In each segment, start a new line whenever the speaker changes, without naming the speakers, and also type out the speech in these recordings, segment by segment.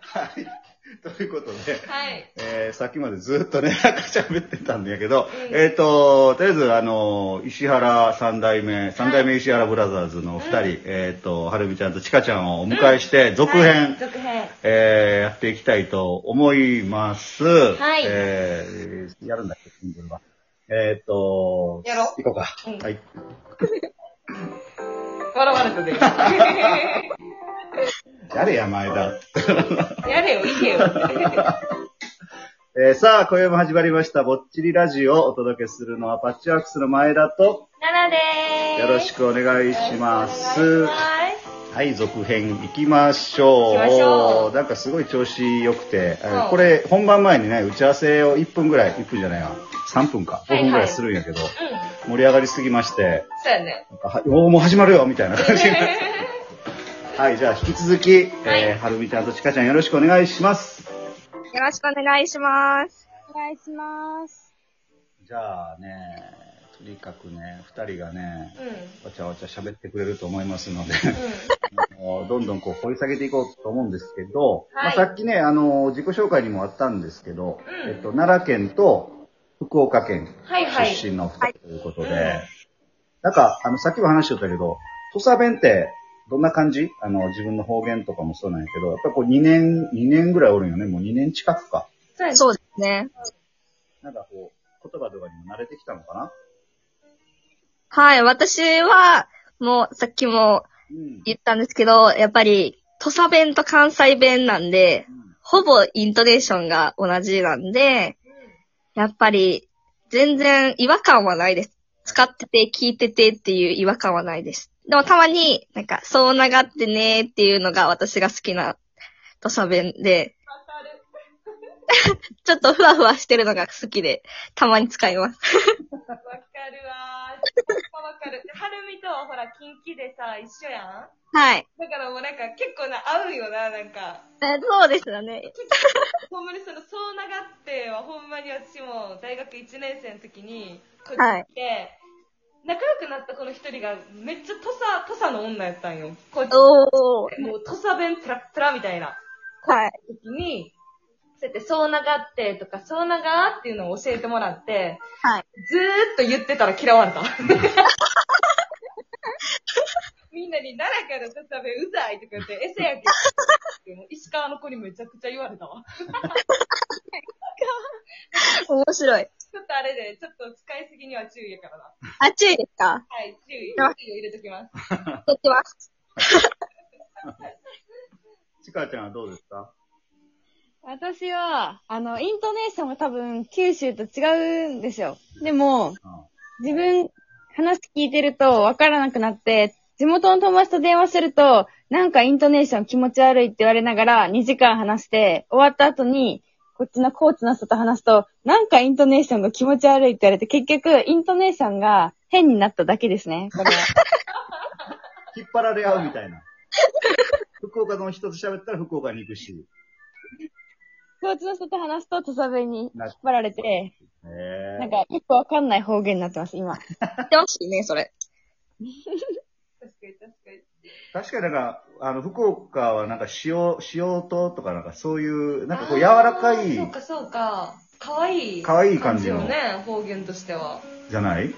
はい。 ということで、
はい。
えー、さっきまでずっとね、なんか喋ってたんだけど、
うん
えっ、と、とりあえず、あの、石原三代目、三代目石原ブラザーズのお二人、
うん
えっ、と、はるみちゃんとちかちゃんをお迎えして、続編、
はい続 編。
えー、やっていきたいと思います。
い
えー、やるんだっけ、シングルは。えっ、と、
やろ
行こうか。
うん
はい。
笑われたで。
誰や、前田。
やれよ、いけよ。
えー、さあ、今夜も始まりました、ぼっちりラジオをお届けするのは、パッチワークスの前田と、
奈々でーす。
よろしくお願いします。
お願いしま
はい、続編行きましょう。
行きましょう
なんかすごい調子良くて、えー
うん
これ本番前にね、打ち合わせを1分ぐらい、1分じゃないわ、3分か、
は
5
いはい
分ぐらいするんやけど、
す。うん。
盛り上がりすぎまして、
そうやね。
なんかはおーもう始まるよみたいな感じに なって。はい、じゃあ引き続き、えーはるみちゃんとちかちゃんよろしくお願いします。
よろしくお願いします。お願いします。
じゃあね、とにかくね、2人がね
う、ん。うん。
わちゃわちゃ喋ってくれると思いますので。あのどんどんこう掘り下げていこうと思うんですけど、
はい
まあ、さっきね、あの、自己紹介にもあったんですけど、
うん
えっと、奈良県と福岡県
はいはい。
出身の二人ということで、
はいうん
なんか、あの、さっきも話しとったけど、土佐弁ってどんな感じあの、自分の方言とかもそうなんやけど、やっぱこう2年、2年ぐらいおるんよね、もう2年近くか。
そうやね。
そうですね。
なんかこう、言葉とかにも慣れてきたのかな
はい、私は、もう、さっきも
うん。
言ったんですけど、やっぱり、土佐弁と関西弁なんで、ほぼイントネーションが同じなんで、やっぱり、全然違和感はないです。使ってて、聞いててっていう違和感はないです。でもたまに、なんか、そうながってねーっていうのが私が好きな土佐弁で、ちょっとふわふわしてるのが好きで、たまに使います。
わかるわー。わかる。はるみとはほら、近畿でさ、一緒やん
はい。
だからもうなんか結構な、合うよな、なんか。
えそうですよね。
ほんまにその、そうながっては、ほんまに私も大学1年生の時に、こっち
はい
来て、仲良くなったこの一人が、めっちゃ土佐、土佐の女やったんよ。こっち
おー。
もう土佐弁プラップラみたいな
はい。
時に、そうやって、そうながってとか、そうながっていうのを教えてもらって、
はい。
ずーっと言ってたら嫌われ た。みんなに、奈良から土佐弁うざいとか言って、えせやけど、もう石川の子にめちゃくちゃ言われたわ。
面白い。
ちょっとあれで、ちょっと使いすぎには注意やからな。
あ、注意ですか
はい、注意。注意を
あ
入れときます。
やってます。
ちかちゃんはどうですか
私は、あの、イントネーションも多分、九州と違うんですよ。でも、自分、話聞いてると分からなくなって、地元の友達と電話すると、なんかイントネーション気持ち悪いって言われながら2時間話して、終わった後に、こっちのコーチの人と話すと、なんかイントネーションが気持ち悪いって言われて、結局、イントネーションが変になっただけですね。これは
引っ張られ合うみたいな。 福岡の人と喋ったら福岡に行くし。
コーチの人と話すと、土佐弁に引
な
っ張られて、
へえ
なんか、よく分かんない方言になってます、
や
今。
ってますね、それ。
確かに確かに。
確かになんか、あの、福岡はなんか塩、塩糖とかなんかそういう、なんかこう柔らか
あーそう
い
かそうか。かわいい。
可愛い感じの
よね、方言としては。
じゃない
い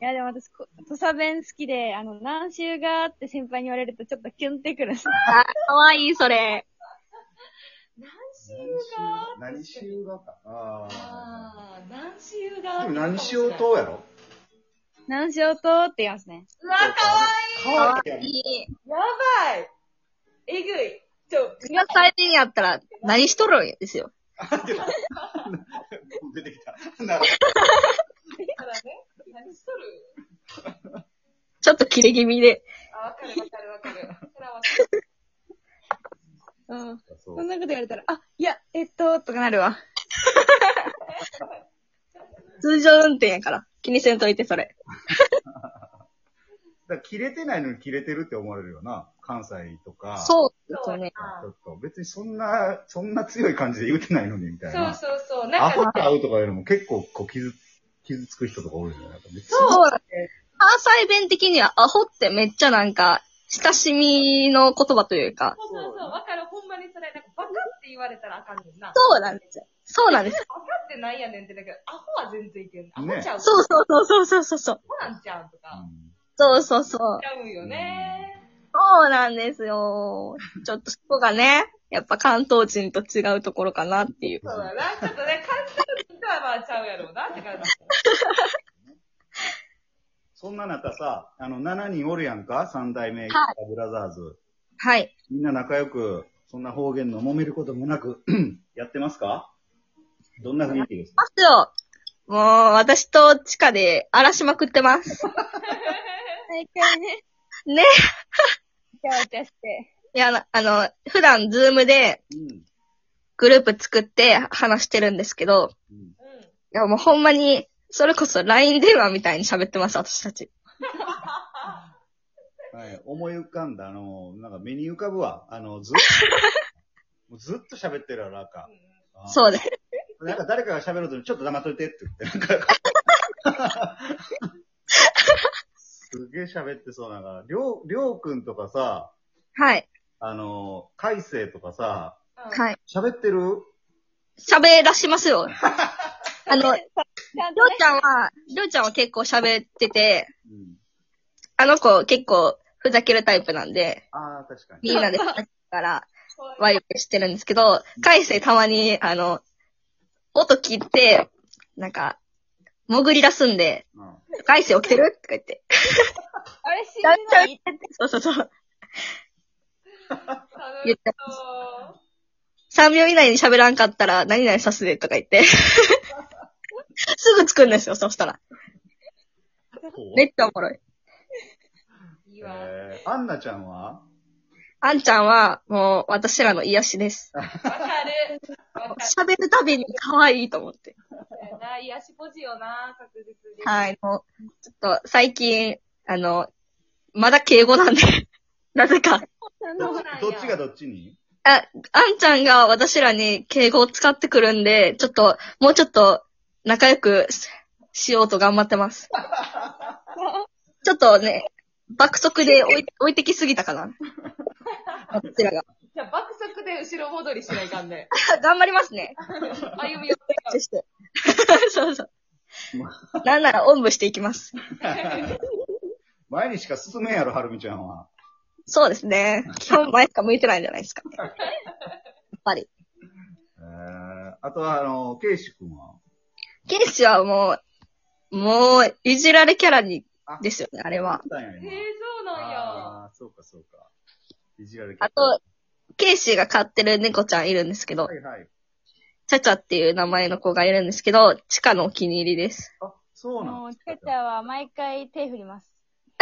や、でも私、こ土佐弁好きで、あの、何周がって先輩に言われるとちょっとキュンってくるんです。
あ、かわいい、それ。
何州が
何塩がか。あ
あー、何州
あ。
が
でも何塩糖やろ
何周とって言いますね。
うわ、かわ
かわいいやん。
いい。
いい。やばい。えぐい。ちょ、
関西弁やったら、何しとるんですよ。
出てきた。なる
からね、何しとる
ちょっとキレ気味で。
あ、わかるわかるわかる。それはわかる。
うん。
ほどそ
そ
うん
なこと言われたら、あ、いや、えっと、とかな るわ。
通常運転やから。気にせんといて、それ。
だから切れてないのに切れてるって思われるよな。関西とか。う。
そうですよね。
ちょっと別にそんな、そんな強い感じで言うてないのにみたい
そう
な。
そうそう。
ア
なん
ホ
か、
と会うとかよりも結構こう傷、傷つく人とか多いじゃない別に
そうなんです関西弁的には、アホってめっちゃなんか、親しみの言葉というか、
そうそうそう、わかる。ほんまにそれ、なんか言われたらあかんねんな。
そうなんですよ。そうなんです。
分かってないやねんってだけど、アホは全然いけん。アホちゃう。
そうそうそうそうそうそう。
アホなんちゃうとか。
そうそうそう。
ちゃうんよね。
そうなんですよ。ちょっとそこがね、やっぱ関東人と違うところかなっていう。
そうだな。ちょっとね、関西人とはまあちゃうやろうなって感じ。
そんな中さ、あの、7人おるやんか三代目、ブラザーズ。
はい。
みんな仲良く、そんな方言の揉めることもなく、 やってますかどんな雰囲気ですか
ますよ。もう、私と地下で荒らしまくってます。
毎回ね、
ね。
イチャイチャして。
いや、あのあの、普段ズームで
うん。
グループ作って話してるんですけど、
うん
うん。
いやもうほんまに、それこそ LINE 電話みたいに喋ってます、私たち。
はい、思い浮かんだ、あの、なんか目に浮かぶわ。あの、ずっと、もうずっと喋ってるわ、なんか。あー
そうです。
なんか誰かが喋るとちょっと黙っといてって言って、なんか。 すげえ喋ってそうだから、りょう、りょうくんとかさ、
はい。
あの、かいせいとかさ、
い。
はい。
喋ってる
喋らしま すよ。あの、りょう
ちゃんとね、
ちゃんは、りょうちゃんは結構喋ってて、
うん。
あの子結構ふざけるタイプなんで、
ああ、確かに。
みんなでふざけるから、
そう
ワイワイしてるんですけど、かいせいたまに、あの、音聞いて、なんか、潜り出すんで、
うん
かいせい起きてるとか言って。
あれ死ぬのに、
そうそうそう。
楽
言
し
って
そう。
3秒以内に喋らんかったら、何々さすでとか言って。 すぐつくんですよ、そしたら。めっちゃおもろい。
いいわ。
えー、アンナちゃんは
あんちゃんは、もう、私らの癒しです。
わかる。わかる。
喋るたびに可愛いと思って。
そうやな、癒しポジよな、確実に。
はい、もう、ちょっと、最近、あの、まだ敬語なんで、 なぜか。
あ
ど
の
っ
そう
ちど
なんや
っちがどっちに
あ、あんちゃんが私らに敬語を使ってくるんで、ちょっと、もうちょっと仲良くししようと頑張ってます。ちょっとね、爆速で置い置いてきすぎたかな。私らが。
じゃあ爆速で後ろ戻りしないかんね。
頑張りますね。
歩み寄って
そして。 そうそう。なんならおんぶしていきます。
前にしか進めんやろ、はるみちゃんは。
そうですね。基本前しか向いてないんじゃないですか。やっぱり。
えー、あとは、あの、ケイシ君は
ケイシはもう、もう、いじられキャラに、ですよね、あれは。。
そうなんや
へ
今
え、そうなんや。
ああ、そうか、そうか。いじられキャラ
あと、ケイシーが飼ってる猫ちゃんいるんですけど
は、いはい。
チャチャっていう名前の子がいるんですけど、チカのお気に入りです。
あ、そうな
も
の
う、ちゃちゃは毎回手振ります。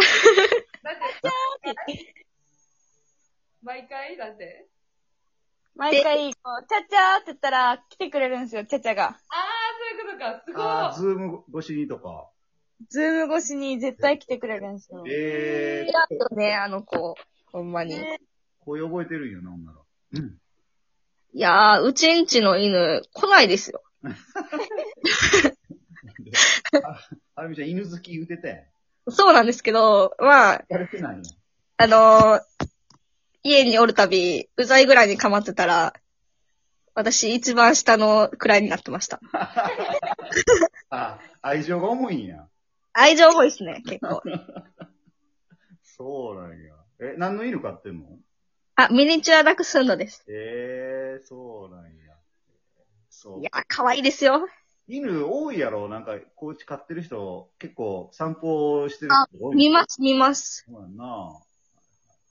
だって、毎回だって。
毎回、こう、ちゃちゃーって言ったら来てくれるんですよ、ちゃちゃが。
ああ、そういうこと
あ
か、
ー
す
ズーム越しにとか。
ズーム越しに絶対来てくれるんですよ。
ええ
あとね、あの子、ほんまに。
ね
声覚えてるんよな、ほんなら。
いやー、うちんちの犬、来ないですよ。
はるみちゃん、犬好き言うてて。
そうなんですけど、まあ、
やれてないの。
あのー家におるたび、うざいぐらいに構ってたら、私一番下の位になってました。
あ、愛情が重いんや。
愛情多いですね、結構。
そうなんや。え、何の犬飼ってんの
あ、ミニチュアダックスンドです。
ええそうなんや。そう
いや。ー、可愛いですよ。
犬多いやろなんか、こうち飼ってる人、結構散歩してる人多い
見
ね。
ます、見ます。
そうやんな。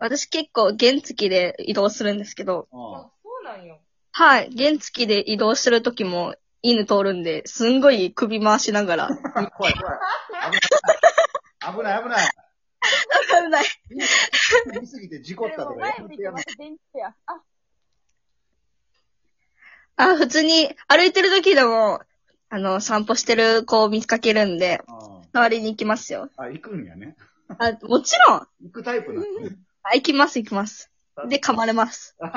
私結構原付きで移動するんですけど、
ごい。
あ
あ、そうなんよ。
はい、原付きで移動するときも犬通るんで、すんごい首回しながら。
あ 怖い怖い。危ない。危ない危ない。
危ない。
見すぎて事故っ
で
た
も
とか
前
や
向
めて
いて
やめて。
また電池や。あ、
あ、普通に歩いてるときでも、あの、散歩してる子を見かけるんで、
うん
代わりに行きますよ。
あ、行くんやね。
あ、もちろん
行くタイプなんやね。
あ、行きます、行きます。で、噛まれます。
嫌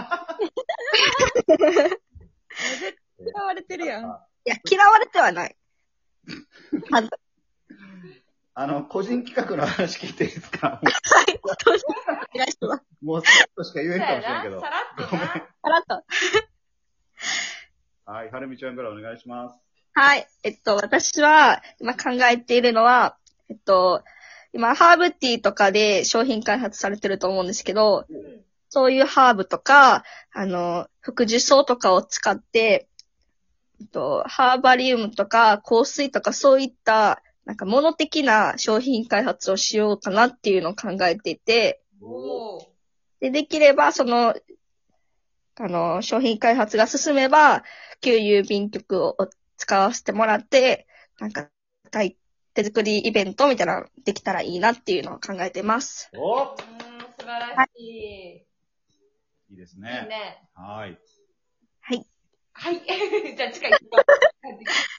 われてるやん。
いや、嫌われてはない。あの、
あの、個人企画の話聞いていいですか
お願いします。
もう、もうさらっとしか言え
そ
ん
う
かも
や
しれん
な
け、ど
さ。らっとな。
あらっと。
はい、はるみちゃんからお願いします。
はい。えっと、私は、今考えているのは、えっと、今、ハーブティーとかで商品開発されてると思うんですけど、
うん
そういうハーブとか、あの、副樹草とかを使って、えっと、ハーバリウムとか香水とかそういった、なんか物的な商品開発をしようかなっていうのを考えていて、
おー
で、できれば、その、あの、商品開発が進めば、旧郵便局を使わせてもらって、なんか、手手作りイベントみたいなのできたらいいなっていうのを考えてます。
う
お
ーん素晴らしい。い
いいです
い
ね。
ね。
はい。
はい。 じゃあ、近い。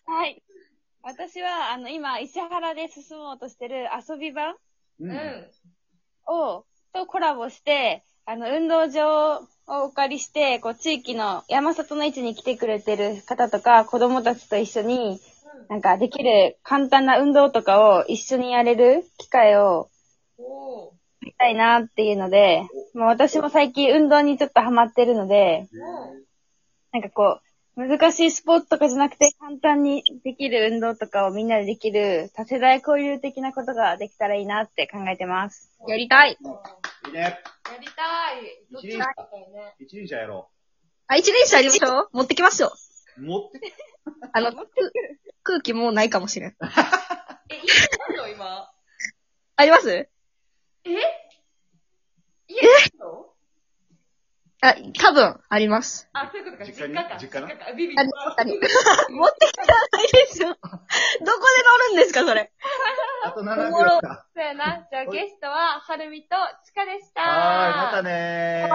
はい。私は、あの、今、石原で進もうとしてる遊び場
う
うん。
を、とコラボして、あの、運動場をお借りして、こう、地域の山里の位置に来てくれてる方とか、子供たちと一緒に、なんか、できる簡単な運動とかを一緒にやれる機会を、
おー
見たいなっていうので、まあ私も最近運動にちょっとハマってるので、
おー
なんかこう、難しいスポーツとかじゃなくて、簡単にできる運動とかをみんなでできる、多世代交流的なことができたらいいなって考えてます。
やりたい。
いいね。
やりたい。どっちだったよね。
一輪車やろ
あ、一輪車ありましょう持ってきますよ。
う。持 ってき
あ の、く空気もうないかもしれん。
え、いいの今。
あります
家にいるの
あ、多分、あります。
あ、そういうことか。
実
実
家
家
に
か。
実家な
か。ビビ
ああり 持ってきたらないですよ。どこで乗るんですか、それ。
あと7秒だ。
そうやな。じゃあゲストは、はるみとちかでした。
はーい、またねー。